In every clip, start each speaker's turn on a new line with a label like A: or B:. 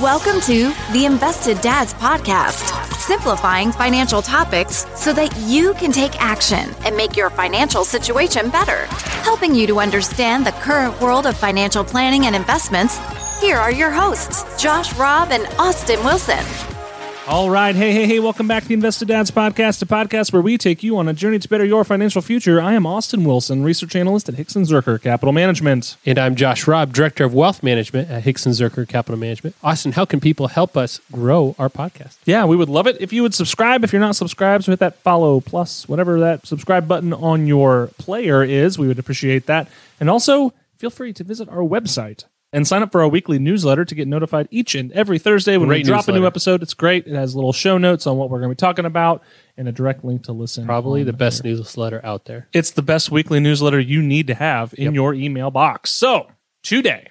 A: Welcome to the Invested Dads Podcast, simplifying financial topics so that you can take action and make your financial situation better. Helping you to understand the current world of financial planning and investments, here are your hosts, Josh Robb and Austin Wilson.
B: All right. Hey, hey, hey. Welcome back to the Invested Dads Podcast, a podcast where we take you on a journey to better your financial future. I am Austin Wilson, research analyst at Hickson Zerker Capital Management.
C: And I'm Josh Robb, Director of Wealth Management at Hickson Zerker Capital Management. Austin, how can people help us grow our podcast?
B: Yeah, we would love it if you would subscribe. If you're not subscribed, so hit that follow plus, whatever that subscribe button on your player is. We would appreciate that. And also, feel free to visit our website and sign up for our weekly newsletter to get notified each and every Thursday when we
C: Great
B: drop a new
C: newsletter.
B: episode. It's great. It has little show notes on what we're going to be talking about and a direct link to listen.
C: Probably
B: on
C: the best newsletter out there.
B: It's the best weekly newsletter you need to have in your email box. So today,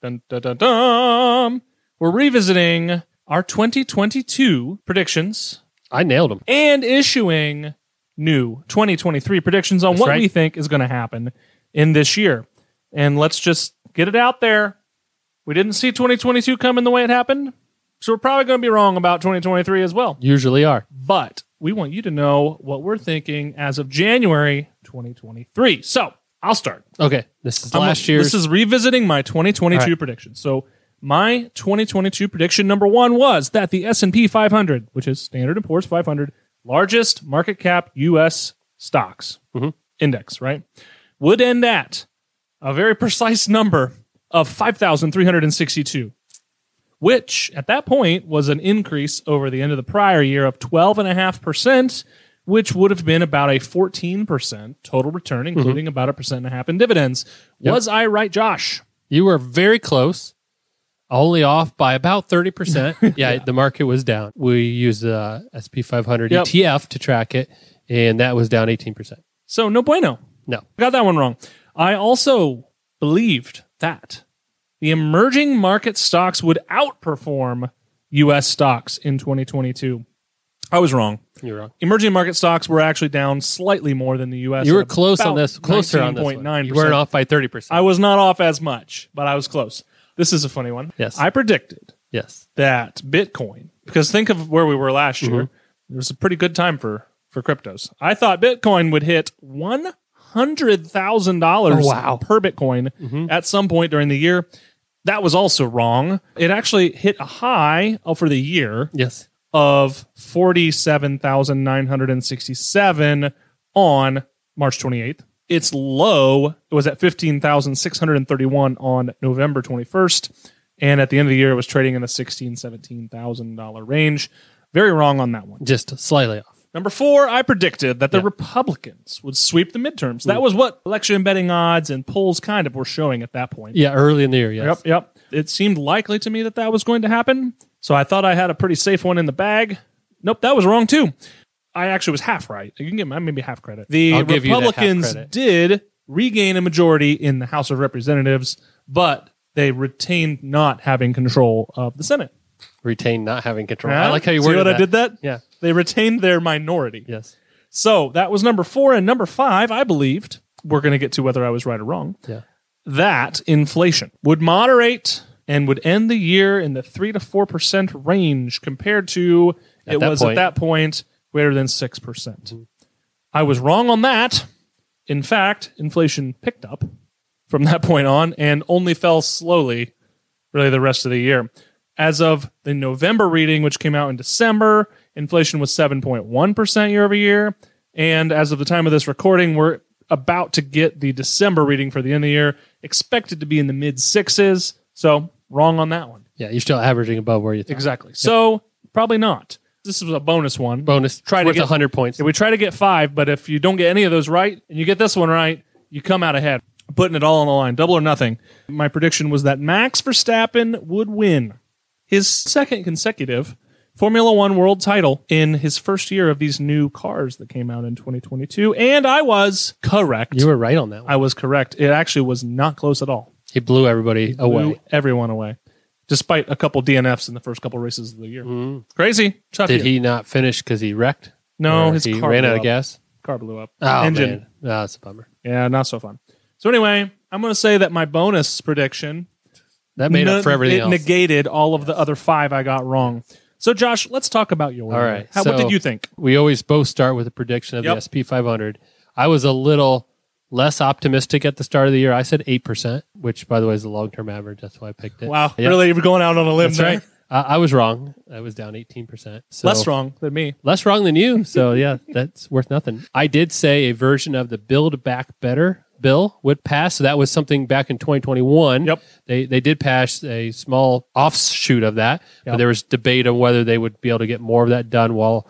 B: dun, dun, dun, dun, we're revisiting our 2022 predictions
C: I nailed them.
B: and issuing new 2023 predictions on
C: That's
B: what
C: right.
B: we think is going to happen in this year. And let's just get it out there. We didn't see 2022 coming the way it happened. So we're probably going to be wrong about 2023 as well.
C: Usually are.
B: But we want you to know what we're thinking as of January 2023. So I'll start.
C: Okay. This is
B: I'm-
C: last year's.
B: This is revisiting my 2022
C: All right.
B: prediction. So my 2022 prediction number one was that the S&P 500, which is Standard & Poor's 500, largest market cap U.S. stocks
C: Mhm.
B: index, right, would end at a very precise number of 5,362, which at that point was an increase over the end of the prior year of 12.5%, which would have been about a 14% total return,
C: Mm-hmm.
B: including about a percent and a half in dividends. Was I right, Josh?
C: you were very close, only off by about 30%. yeah, the market was down. We used the uh, SP 500
B: Yep.
C: ETF E to track it, and that was down 18%.
B: So, no bueno.
C: No.
B: Got that one wrong. I also believed that the emerging market stocks would outperform U.S. stocks in 2022. I was wrong.
C: You're wrong.
B: Emerging market stocks were actually down slightly more than the U.S.
C: You were
B: at
C: close on
B: about
C: this, closer on this. One.
B: 19.9%.
C: You weren't off by 30%.
B: I was not off as much, but I was close. This is a funny one.
C: Yes.
B: I predicted
C: yes.
B: that Bitcoin, because think of where we were last year.
C: Mm-hmm.
B: It was a pretty good time for for cryptos. I thought Bitcoin would hit one hundred thousand dollars
C: Oh, wow. Mm-hmm.
B: per Bitcoin at some point during the year. That was also wrong. It actually hit a high uh, for the year
C: Yes.
B: of 47,967 on March 28th. Its low was at 15,631 on November 21st. And at the end of the year, it was trading in the $16,000, $17,000 range. Very wrong on that one.
C: Just slightly off.
B: Number four, I predicted that the
C: Yeah.
B: Republicans would sweep the midterms. That was what election betting odds and polls kind of were showing at that point.
C: Yeah, early in the year. Yes.
B: Yep, yep. It seemed likely to me that that was going to happen. So I thought I had a pretty safe one in the bag. Nope, that was wrong too. I actually was half right. You can get my maybe half credit. The
C: I'll give you that half
B: Republicans
C: credit.
B: did regain a majority in the House of Representatives, but they retained not having control of the Senate.
C: Retain not having control.
B: Huh?
C: I like how you
B: See
C: worded
B: what
C: that.
B: I did that?
C: Yeah.
B: They retained their minority.
C: Yes.
B: So that was number four. And number five, I believed, we're going to get to whether I was right or wrong,
C: Yeah.
B: that inflation would moderate and would end the year in the 3 to 4% range compared to
C: At
B: it
C: that
B: was at
C: point.
B: that point greater than 6%. percent I was wrong on that. In fact, inflation picked up from that point on and only fell slowly really the rest of the year. As of the November reading, which came out in December, inflation was 7.1% year over year. And as of the time of this recording, we're about to get the December reading for the end of the year, expected to be in the mid sixes. So, wrong on that one.
C: Yeah. You're still averaging above where you think.
B: Exactly. So, probably not. This was a bonus one.
C: Bonus.
B: Try to
C: worth
B: get-
C: 100 points.
B: Yeah, we try to get five, but if you don't get any of those right and you get this one right, you come out ahead. I'm putting it all on the line, double or nothing. My prediction was that Max Verstappen would win his second consecutive Formula One world title in his first year of these new cars that came out in 2022. And I was correct.
C: you were right on that one.
B: I was correct. It actually was not close at all.
C: He blew everybody away.
B: Blew everyone away, despite a couple DNFs in the first couple races of the year. Crazy. Chuck
C: Mm-hmm. Did
B: you.
C: he not finish because he wrecked?
B: No,
C: Or
B: his
C: he
B: car
C: ran
B: blew
C: out
B: up.
C: of gas.
B: Car blew up.
C: Oh,
B: Engine.
C: man. Oh, that's a bummer.
B: Yeah, not so fun. So anyway, I'm going to say that my bonus prediction
C: That made up for everything
B: it
C: else.
B: negated all of the other five I got wrong. So, Josh, let's talk about your.
C: All
B: winner.
C: right,
B: How, what
C: so-
B: did you think?
C: we always both start with a prediction of
B: Yep.
C: the SP 500. I was a little less optimistic at the start of the year. I said 8%, which, by the way, is the long term average. That's why I picked it.
B: Wow,
C: Yeah,
B: really, we're going out on a limb
C: That's
B: there.
C: right. Uh, I was wrong. I was down 18%. So
B: Less wrong than me.
C: Less wrong than you. So, yeah, that's worth nothing. I did say a version of the Build Back Better bill would pass. So that was something back in 2021.
B: Yep.
C: They, they did pass a small offshoot of that,
B: Yep.
C: but there was debate on whether they would be able to get more of that done while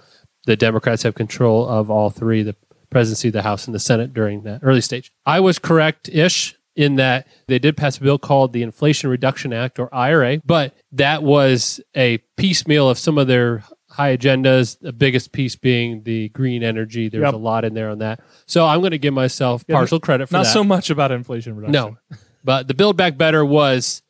C: the Democrats have control of all three the presidency, the House, and the Senate during that early stage. I was correct ish in that they did pass a bill called the Inflation Reduction Act or IRA, but that was a piecemeal of some of their high agendas, the biggest piece being the green energy. There's
B: Yep.
C: a lot in there on that. So I'm going to give myself
B: Yeah,
C: partial credit for
B: Not
C: that.
B: so much about inflation reduction.
C: No, but the Build Back Better was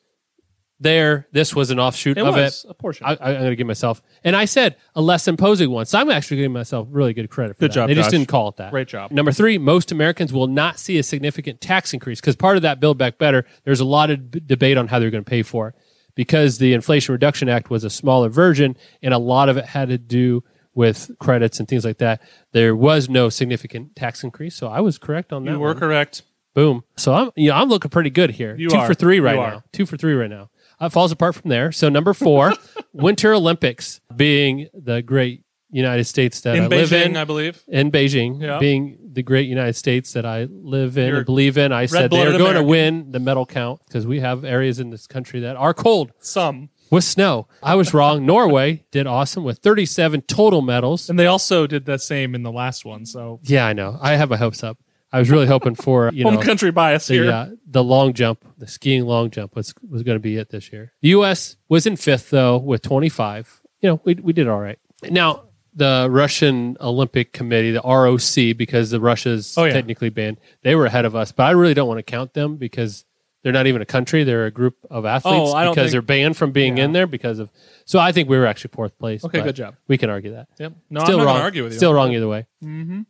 C: there. This was an offshoot
B: it
C: of
B: was
C: it.
B: a portion.
C: I, I- I'm going to give myself, and I said a less imposing one. So I'm actually giving myself really good credit for
B: Good
C: that.
B: job,
C: They just
B: Josh.
C: didn't call it that.
B: Great job.
C: Number three, most Americans will not see a significant tax increase because part of that Build Back Better, there's a lot of b- debate on how they're going to pay for it because the Inflation Reduction Act was a smaller version and a lot of it had to do with credits and things like that. There was no significant tax increase. So I was correct on that.
B: you were
C: one.
B: correct.
C: Boom. So I'm you know, I'm looking pretty good here.
B: You
C: Two
B: are.
C: for three right
B: You are.
C: now. Two for three right now. Uh, falls apart from there. So number four, Winter Olympics being the great United States that I
B: In
C: live in.
B: Beijing, I believe.
C: in Beijing,
B: Yeah.
C: being the great United States that I live in
B: You're
C: and believe in, I said they are
B: blooded
C: going to
B: American.
C: win the medal count because we have areas in this country that are cold
B: Some.
C: with snow. I was wrong. Norway did awesome with 37 total medals.
B: And they also did that same in the last one. So,
C: Yeah, I know. I have my hopes up. I was really hoping for you know
B: home country bias here.
C: the, uh, the long jump, the skiing long jump was was going to be it this year. The U.S. was in fifth though with 25. You know, we we did all right. Now the Russian Olympic Committee, the ROC, because the Russia's
B: Oh, yeah.
C: technically banned, they were ahead of us. But I really don't want to count them because they're not even a country; they're a group of athletes
B: Oh, I don't
C: because
B: think-
C: they're banned from being in there because of. So I think we were actually fourth place.
B: Okay,
C: but
B: good job.
C: We can argue that.
B: Yep. No,
C: still
B: I'm not
C: wrong.
B: gonna argue with you. Mm-hmm.
C: Still wrong either way.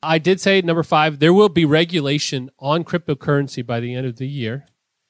C: I did say number five. There will be regulation on cryptocurrency by the end of the year.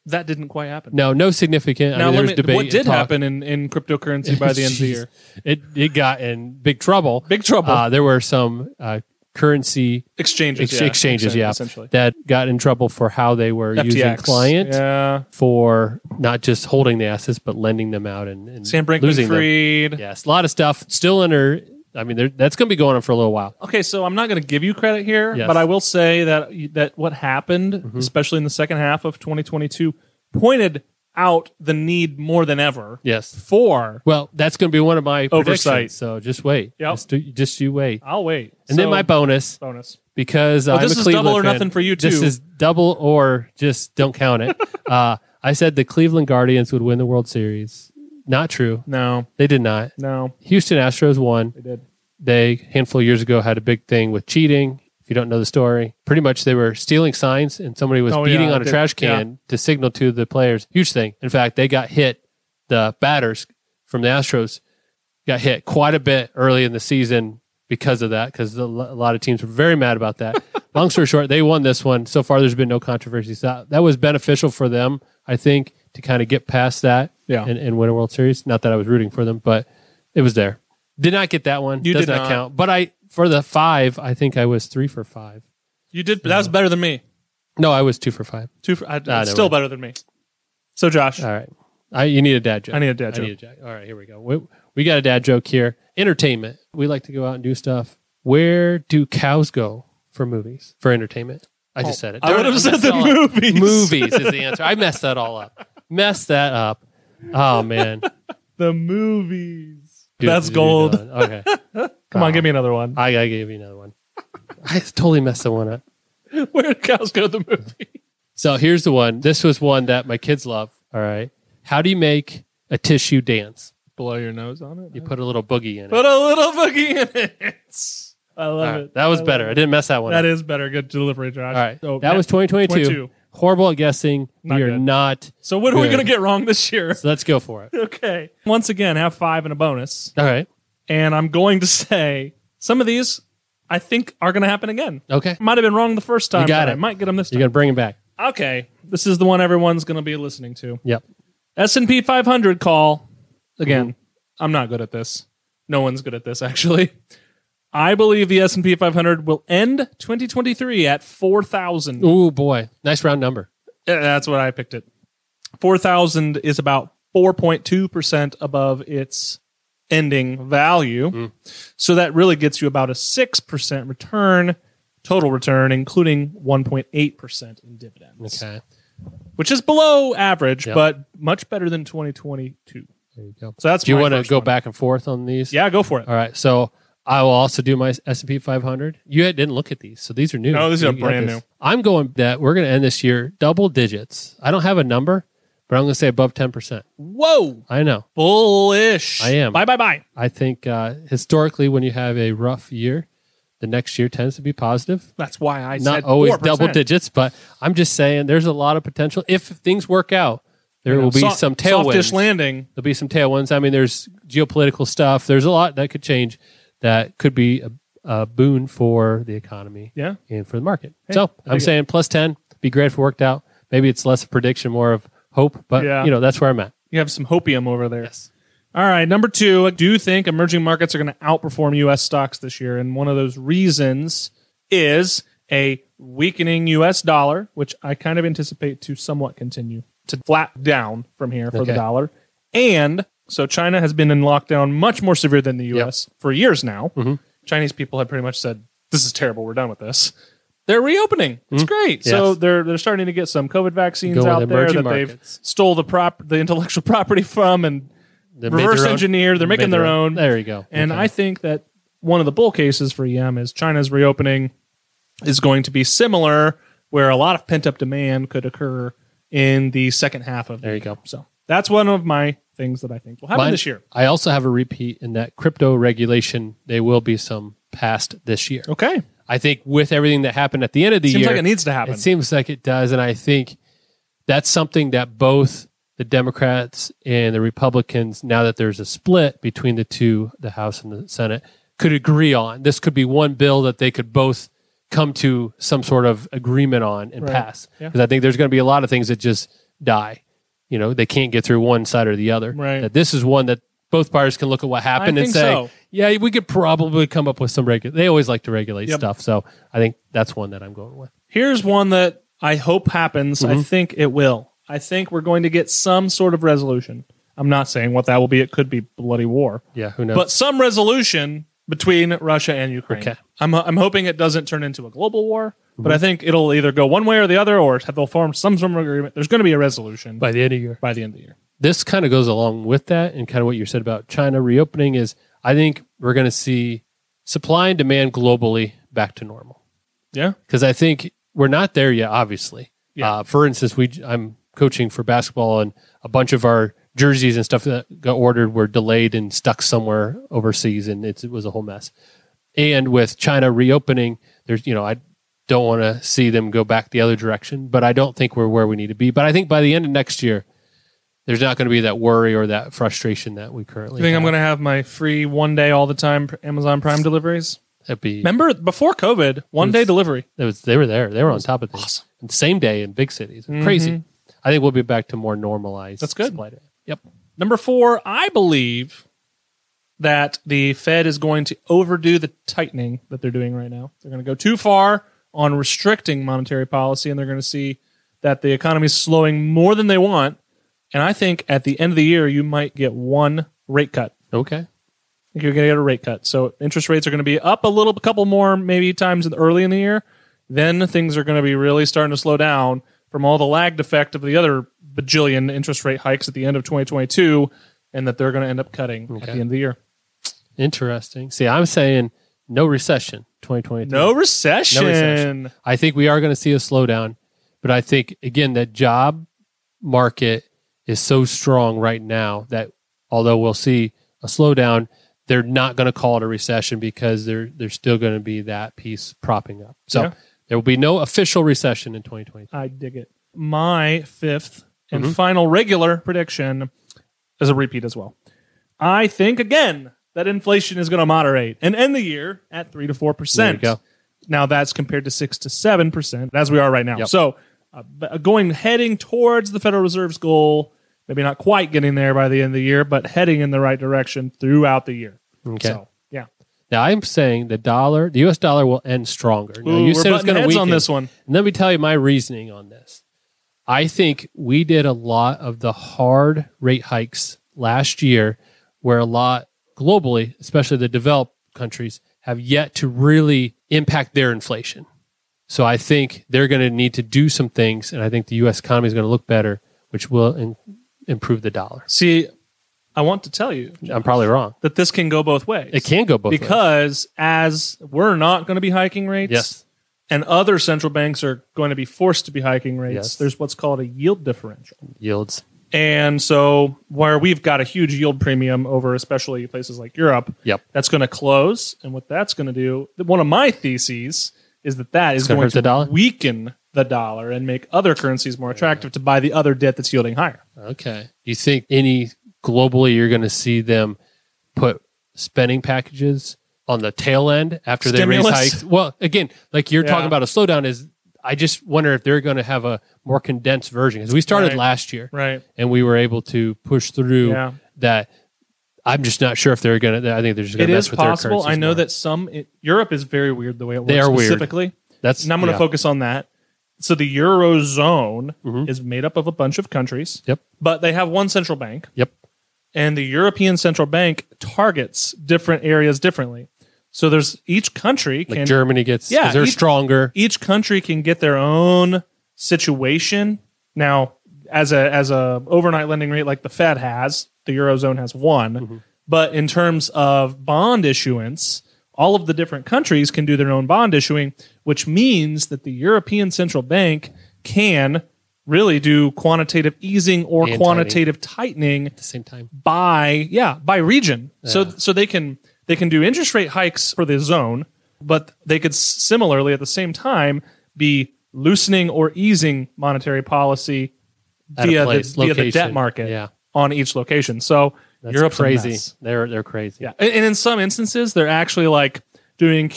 B: That didn't quite happen.
C: No, no significant.
B: Now,
C: I mean,
B: let
C: there's
B: me,
C: debate.
B: what
C: and
B: did
C: talk.
B: happen in, in cryptocurrency by the end of the
C: Jeez.
B: year?
C: It it got in big trouble.
B: Big trouble.
C: Uh, there were some uh, currency
B: Exchanges.
C: ex-
B: yeah.
C: exchanges, yeah,
B: Essentially.
C: that got in trouble for how they were using
B: FTX.
C: client
B: Yeah.
C: for not just holding the assets but lending them out and, and
B: Sam Brinkman
C: losing them.
B: freed.
C: Yes, a lot of stuff still under. I mean, there- that's going to be going on for a little while.
B: Okay, so I'm not going to give you credit here,
C: Yes. Mm-hmm.
B: but I will say that that what happened, especially in the second half of 2022, pointed out the need more than ever
C: Yes.
B: for.
C: Well, that's going to be one of my
B: Oversight.
C: predictions, So just wait.
B: Yep.
C: Just, just you wait.
B: I'll wait.
C: And then
B: So-
C: my bonus
B: bonus.
C: because I'm
B: this
C: a
B: is
C: Cleveland
B: double or
C: fan.
B: nothing for you,
C: This
B: too.
C: is double or just don't count it. uh, I said the Cleveland Guardians would win the World Series. Not true.
B: No,
C: They did not.
B: no,
C: Houston Astros won.
B: they did.
C: They a handful of years ago had a big thing with cheating. If you don't know the story, pretty much they were stealing signs and somebody was
B: Oh,
C: beating
B: yeah,
C: on a
B: they-
C: trash can to signal to the players. Huge thing. In fact, they got hit. The batters from the Astros got hit quite a bit early in the season because of that, because a lo- a lot of teams were very mad about that. Long story short, they won this one. So far, there's been no controversy. So that, that was beneficial for them, I think, to kind of get past that
B: Yeah.
C: and, and win a World Series. Not that I was rooting for them, but it was there. Did not get that one.
B: You
C: Does
B: did
C: not
B: not.
C: count. But I for the five, I think I was three for five.
B: You did. That was better than me.
C: No, I was two for five.
B: Two. For, I,
C: Ah, never
B: still
C: mind. Ah,
B: better than me. So Josh,
C: All right. I, you need a dad joke.
B: I need a dad
C: I
B: joke.
C: need a joke. All right, here we go. We, we got a dad joke here. Entertainment. We like to go out and do stuff. Where do cows go for movies for entertainment? I just said it.
B: Oh, I would
C: Darn
B: have
C: it,
B: said
C: messed
B: the
C: it all up.
B: movies.
C: Movies is the answer. I messed that all up. Messed that up. Oh man,
B: the movies.
C: Dude,
B: That's
C: you're
B: gold.
C: done. Okay,
B: Come on, give me another one.
C: I gotta give you another one. I totally messed that one up.
B: Where did cows go? to The movie.
C: So here's the one. This was one that my kids love. All right. How do you make a tissue dance?
B: Blow your nose on it.
C: You put a little boogie in it.
B: Put a little boogie in it. I love
C: All right,
B: it.
C: That was
B: I
C: better. I
B: love it.
C: didn't mess that one
B: That
C: up.
B: is better. Good delivery, Josh.
C: All right.
B: So,
C: that was 2022.
B: 22.
C: Horrible at guessing.
B: Not
C: we are
B: good.
C: not.
B: So what are we
C: Good.
B: going to get wrong this year?
C: So let's go for it.
B: Okay. Once again, have five and a bonus.
C: All right.
B: And I'm going to say some of these I think are going to happen again.
C: Okay.
B: Might have been wrong the first time.
C: got
B: but I
C: it.
B: might get them this
C: You're
B: time.
C: going to bring him back.
B: okay. This is the one everyone's going to be listening to.
C: Yep.
B: S&P 500 call. Again,
C: Mm-hmm.
B: I'm not good at this. No one's good at this actually. I believe the S&P 500 will end 2023 at 4,000. Uh,
C: Ooh boy, nice round number.
B: That's what I picked it. 4,000 is about 4.2% above its ending value.
C: Mm.
B: So that really gets you about a 6% return, total return including 1.8% in dividends
C: Okay,
B: which is below average,
C: Yep.
B: but much better than 2022.
C: there you go.
B: So that's
C: Do you
B: my
C: want to
B: first
C: go
B: one.
C: back and forth on these?
B: Yeah, go for it.
C: All right. So I will also do my S and P 500. You had- didn't look at these, so these are new.
B: No, these are
C: You got
B: brand
C: this.
B: new.
C: I'm going that we're going to end this year double digits. I don't have a number, but I'm going to say above 10. percent
B: Whoa,
C: I know.
B: bullish.
C: I am.
B: Bye, bye, bye.
C: I think uh, historically, when you have a rough year, the next year tends to be positive.
B: That's why I
C: Not
B: said
C: always
B: 4%.
C: double digits, but I'm just saying there's a lot of potential if things work out. There will be
B: Soft-
C: some
B: Softish
C: tailwinds.
B: landing.
C: There'll be some tailwinds. I mean, there's geopolitical stuff. There's a lot that could change that could be a, a boon for the economy
B: Yeah.
C: and for the market. so
B: dig
C: I'm
B: it.
C: saying plus 10, be great if it worked out. Maybe it's less a prediction, more of hope, but
B: Yeah.
C: you know, that's where I'm at.
B: You have some hopium over there. Yes. All right. Number two, I do think emerging markets are going to outperform U.S. stocks this year. And one of those reasons is a weakening U.S. dollar, which I kind of anticipate to somewhat continue to flat down from here for the
C: Okay.
B: dollar. And so China has been in lockdown much more severe than the U.S. for years now.
C: Mm-hmm.
B: Chinese people have pretty much said, this is terrible. We're done with this. They're reopening. It's great. So
C: Mm-hmm. Yes.
B: they're they're starting to get some COVID vaccines
C: Go with
B: out there
C: emerging
B: that
C: markets.
B: they've stole the prop the intellectual property from and
C: They made
B: reverse
C: their own-
B: engineer. They're
C: made
B: making their own.
C: There you go.
B: And
C: Okay.
B: I think that one of the bull cases for EM is China's reopening is going to be similar, where a lot of pent up demand could occur in the second half of
C: There
B: the
C: you go.
B: year. So that's one of my things that I think will happen
C: Mine-
B: this year.
C: I also have a repeat in that crypto regulation, they will be some passed this year.
B: Okay,
C: I think with everything that happened at the end of the
B: seems
C: year,
B: like it needs to happen.
C: It seems like it does, and I think that's something that both the Democrats and the Republicans, now that there's a split between the two, the House and the Senate, could agree on. This could be one bill that they could both come to some sort of agreement on and
B: Right.
C: pass.
B: Yeah.
C: Because I think there's going to be a lot of things that just die. You know, they can't get through one side or the other.
B: Right.
C: That this is one that both parties can look at what happened and
B: think
C: say,
B: so.
C: "Yeah, we could probably come up with some regular." They always like to regulate
B: Yep.
C: stuff, so I think that's one that I'm going with.
B: Here's one that I hope happens.
C: Mm-hmm.
B: I think it will. I think we're going to get some sort of resolution. I'm not saying what that will be. It could be bloody war.
C: Yeah, who knows?
B: but some resolution between Russia and Ukraine.
C: Okay.
B: I'm, I'm hoping it doesn't turn into a global war, but I think it'll either go one way or the other, or they'll form some sort of agreement. There's going to be a resolution by,
C: by the end of year.
B: by the end of the year.
C: This kind of goes along with that and kind of what you said about China reopening is I think we're going to see supply and demand globally back to normal
B: Yeah.
C: because I think we're not there yet obviously.
B: Yeah.
C: Uh, for instance, we I'm coaching for basketball and a bunch of our jerseys and stuff that got ordered were delayed and stuck somewhere overseas and it's, it was a whole mess. And with China reopening, there's you know I don't want to see them go back the other direction, but I don't think we're where we need to be. But I think by the end of next year, there's not going to be that worry or that frustration that we currently.
B: You think I'm
C: have.
B: going to have my free one day all the time pr- Amazon Prime deliveries?
C: That'd be
B: Remember before COVID, one day delivery.
C: that was they were there. They were on top of things. And same day in big cities. Crazy. I think we'll be back to more normalized.
B: That's good.
C: supply demand. Yep.
B: Number four, I believe that the Fed is going to overdo the tightening that they're doing right now. They're going to go too far on restricting monetary policy, and they're going to see that the economy is slowing more than they want. And I think at the end of the year, you might get one rate cut.
C: Okay.
B: I think you're going to get a rate cut. So interest rates are going to be up a little, a couple more maybe times in- early in the year. Then things are going to be really starting to slow down from all the lagged effect of the other bajillion interest rate hikes at the end of 2022, and that they're going to end up cutting at the
C: Okay.
B: end of the year.
C: Interesting. See, I'm saying no recession 2022.
B: No recession.
C: recession. I think we are going to see a slowdown, but I think again that job market is so strong right now that although we'll see a slowdown, they're not going to call it a recession because they're they're still going to be that piece propping up. So
B: Yeah.
C: there will be no official recession in 2022.
B: I dig it. My fifth and final regular prediction is a repeat as well. I think again that inflation is going to moderate and end the year at three to four percent.
C: There you go.
B: Now that's compared to six to seven percent as we are right now.
C: Yep.
B: So uh, b- going heading towards the Federal Reserve's goal, Maybe not quite getting there by the end of the year, but heading in the right direction throughout the year.
C: Okay.
B: So, yeah.
C: Now I'm saying the dollar, the U.S. dollar will end stronger. Now,
B: Ooh,
C: you
B: we're
C: said it's
B: butting
C: going to
B: heads
C: weaken
B: on this one.
C: And let me tell you my reasoning on this. I think we did a lot of the hard rate hikes last year, where a lot globally, especially the developed countries, have yet to really impact their inflation. So I think they're going to need to do some things, and I think the U.S. economy is going to look better, which will in- improve the dollar.
B: See, I want to tell you
C: I'm probably wrong.
B: that this can go both ways.
C: It can go both ways.
B: because as we're not going to be hiking rates,
C: Yes.
B: and other central banks are going to be forced to be hiking rates,
C: Yes.
B: there's what's called a yield differential.
C: yields.
B: And so, where we've got a huge yield premium over, especially places like Europe,
C: Yep.
B: that's going to close. And what that's going to do, one of my theses is that that is
C: gonna
B: going
C: hurt
B: to
C: the dollar?
B: weaken the dollar and make other currencies more attractive to buy the other debt that's yielding higher.
C: Okay. Do you think any globally you're going to see them put spending packages on the tail end after they
B: Stimulus?
C: raise hikes? Well, again, like you're
B: Yeah.
C: talking about a slowdown is I just wonder if they're going to have a more condensed version cuz we started
B: Right.
C: last year
B: Right.
C: and we were able to push through
B: Yeah.
C: that I'm just not sure if they're going to I think they're just going
B: It
C: to
B: is
C: mess with their
B: possible. I
C: currencies
B: know
C: more.
B: that some it, Europe is very weird the way it works
C: They are weird.
B: specifically.
C: that's
B: And I'm going to
C: yeah.
B: focus on that. So the eurozone
C: Mhm.
B: is made up of a bunch of countries.
C: Yep.
B: But they have one central bank.
C: Yep.
B: and the European Central Bank targets different areas differently. So there's each country
C: Like
B: can
C: Germany gets
B: Yeah,
C: yeah, they're
B: each-
C: stronger.
B: each country can get their own situation. Now, as a as a overnight lending rate like the Fed has, the eurozone has one.
C: Mm-hmm.
B: But in terms of bond issuance, all of the different countries can do their own bond issuing, which means that the European Central Bank can really do quantitative easing or
C: And tightening.
B: quantitative tightening
C: at the same time.
B: by yeah by region so so they can they can do interest rate hikes for the zone but they could s- similarly at the same time be loosening or easing monetary policy
C: At a
B: via,
C: place,
B: the, via the debt
C: location,
B: market
C: yeah.
B: on each location so
C: That's
B: europe's a
C: crazy.
B: mess.
C: They're they're crazy.
B: yeah and, and in some instances they're actually like doing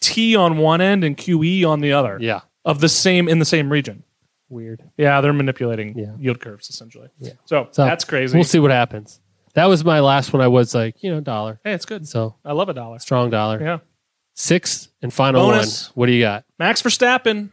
B: qt on one end and qe on the other
C: Yeah.
B: of the same in the same region
C: Weird.
B: yeah they're manipulating
C: Yeah.
B: yield curves essentially
C: Yeah.
B: so,
C: So,
B: that's crazy
C: We'll see what happens. That was my last one. I was like, you know, dollar.
B: hey it's good
C: So
B: i love a dollar
C: strong dollar.
B: yeah
C: Sixth and final
B: Bonus.
C: one. What do you got?
B: Max Verstappen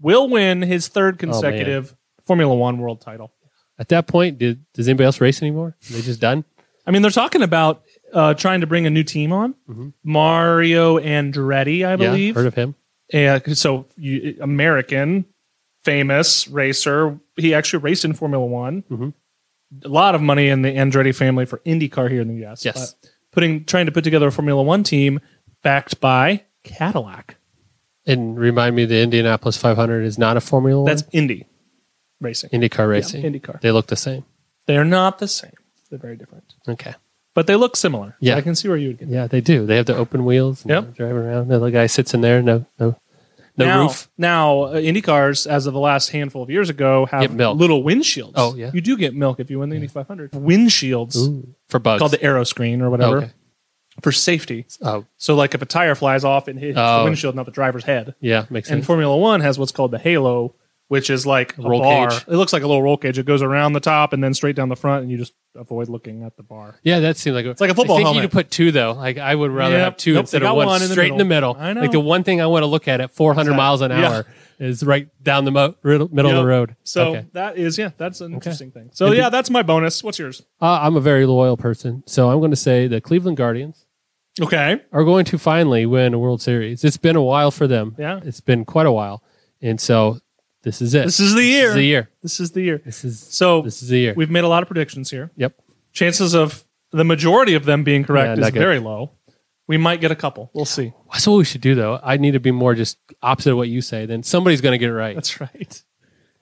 B: will win his third
C: Oh,
B: consecutive Formula One world title.
C: At that point, did, does anybody else race anymore? Are they just done?
B: I mean, they're talking about uh, trying to bring a new team on Mario Andretti, I believe.
C: Mm-hmm. Yeah, heard of him?
B: and so, you, American, famous racer. He actually raced in Formula One.
C: Mhm.
B: A lot of money in the Andretti family for IndyCar here in the U.S.
C: Yes.
B: but putting trying to put together a Formula One team backed by Cadillac.
C: And remind me, the Indianapolis 500 is not a Formula
B: That's
C: One.
B: Indy racing.
C: IndyCar racing.
B: IndyCar.
C: They look the same.
B: They're not the same. They're very different.
C: Okay.
B: but they look similar.
C: Yeah.
B: I can see where you would get.
C: Yeah, they do. They have the open wheels. and
B: Yep.
C: they're Driving around. The other guy sits in there. No, no, no
B: now,
C: roof.
B: Now, uh, Indy cars, as of the last handful of years ago, have
C: Get milk.
B: little windshields.
C: Oh, yeah.
B: you do get milk if you win the Indy 500. Windshields
C: Ooh, for bugs.
B: called the Aero Screen or whatever
C: Okay.
B: for safety.
C: Oh,
B: So, like if a tire flies off and hits the
C: Oh.
B: windshield, not the driver's head.
C: yeah. Makes
B: And
C: sense.
B: Formula One has what's called the halo, which is like a
C: roll
B: bar.
C: cage.
B: It looks like a little roll cage. It goes around the top and then straight down the front, and you just avoid looking at the bar.
C: Yeah, that seemed like a, it's
B: like a football
C: I think
B: helmet.
C: you could put two though. Like I would rather
B: Yep.
C: have two
B: Nope,
C: instead
B: they got
C: of one,
B: one in the
C: straight in the middle.
B: middle. I know.
C: Like the one thing I want to look at at 400 miles an
B: Yeah.
C: hour is right down the mo- riddle, middle of
B: Yep.
C: the road.
B: So
C: Okay.
B: that is yeah, that's an interesting thing. So
C: And be-
B: yeah, that's my bonus. What's yours?
C: uh, I'm a very loyal person, so I'm going to say the Cleveland Guardians
B: Okay.
C: are going to finally win a World Series. It's been a while for them.
B: Yeah.
C: it's been quite a while, and so this is it.
B: This is the year.
C: This is the year.
B: This is the year.
C: This is
B: So
C: this is the year.
B: we've made a lot of predictions here.
C: Yep.
B: Chances of the majority of them being correct
C: Yeah,
B: is
C: not good.
B: very low. We might get a couple. We'll see.
C: That's what we should do though. I need to be more just opposite of what you say. Then somebody's going to get it right.
B: That's right.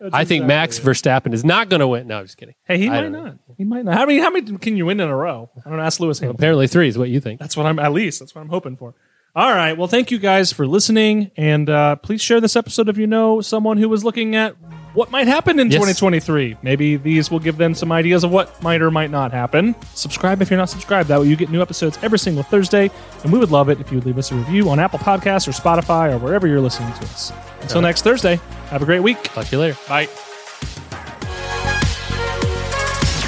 B: That's
C: I think
B: exactly
C: Max
B: it.
C: Verstappen is not going to win. No, I'm just kidding.
B: uh, Hey, he
C: I
B: might
C: don't know.
B: not. He might not. How many? How many can you win in a row? I don't know. Ask Lewis Hamilton.
C: Apparently, three is what you think.
B: That's what I'm at least. That's what I'm hoping for. All right. Well, thank you guys for listening, and uh, please share this episode if you know someone who is looking at what might happen in
C: Yes.
B: 2023. Maybe these will give them some ideas of what might or might not happen. Subscribe if you're not subscribed. That way, you get new episodes every single Thursday, and we would love it if you would leave us a review on Apple Podcasts or Spotify or wherever you're listening to us. Until next Thursday, have a great week.
C: Talk to you later.
B: Bye.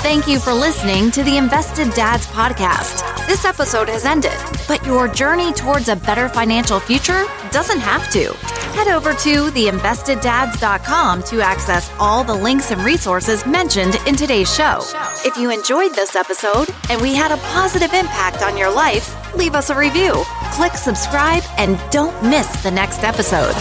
D: Thank you.
A: Thank you for listening to the Invested Dads podcast. This episode has ended, but your journey towards a better financial future doesn't have to. Head over to theinvesteddads.com to access all the links and resources mentioned in today's show. If you enjoyed this episode and we had a positive impact on your life, leave us a review, click subscribe, and don't miss the next episode.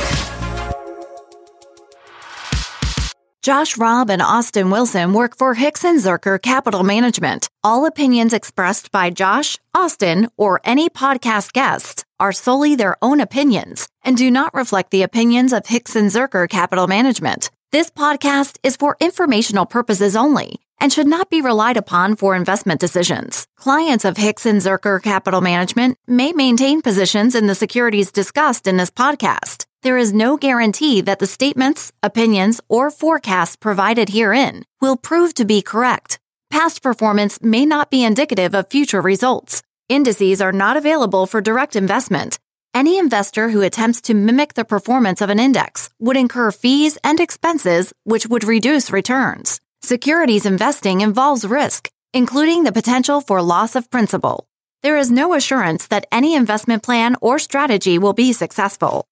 A: Josh Robb and Austin Wilson work for Hicks and Zerker Capital Management. All opinions expressed by Josh, Austin, or any podcast guests are solely their own opinions and do not reflect the opinions of Hicks and Zerker Capital Management. This podcast is for informational purposes only and should not be relied upon for investment decisions. Clients of Hicks and Zerker Capital Management may maintain positions in the securities discussed in this podcast. There is no guarantee that the statements, opinions, or forecasts provided herein will prove to be correct. Past performance may not be indicative of future results. Indices are not available for direct investment. Any investor who attempts to mimic the performance of an index would incur fees and expenses which would reduce returns. Securities investing involves risk, including the potential for loss of principal. There is no assurance that any investment plan or strategy will be successful.